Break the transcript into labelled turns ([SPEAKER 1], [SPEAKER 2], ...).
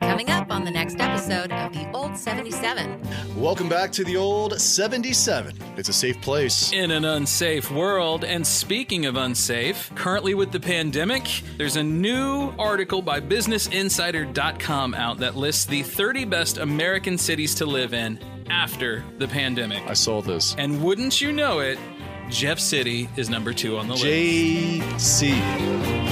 [SPEAKER 1] coming up on the next episode of The Old 77.
[SPEAKER 2] Welcome back to the old 77. It's a safe place.
[SPEAKER 3] in an unsafe world. And speaking of unsafe, currently with the pandemic, there's a new article by BusinessInsider.com out that lists the 30 best American cities to live in after the pandemic.
[SPEAKER 2] I saw this.
[SPEAKER 3] And wouldn't you know it, Jeff City is number two on the list.
[SPEAKER 2] JC.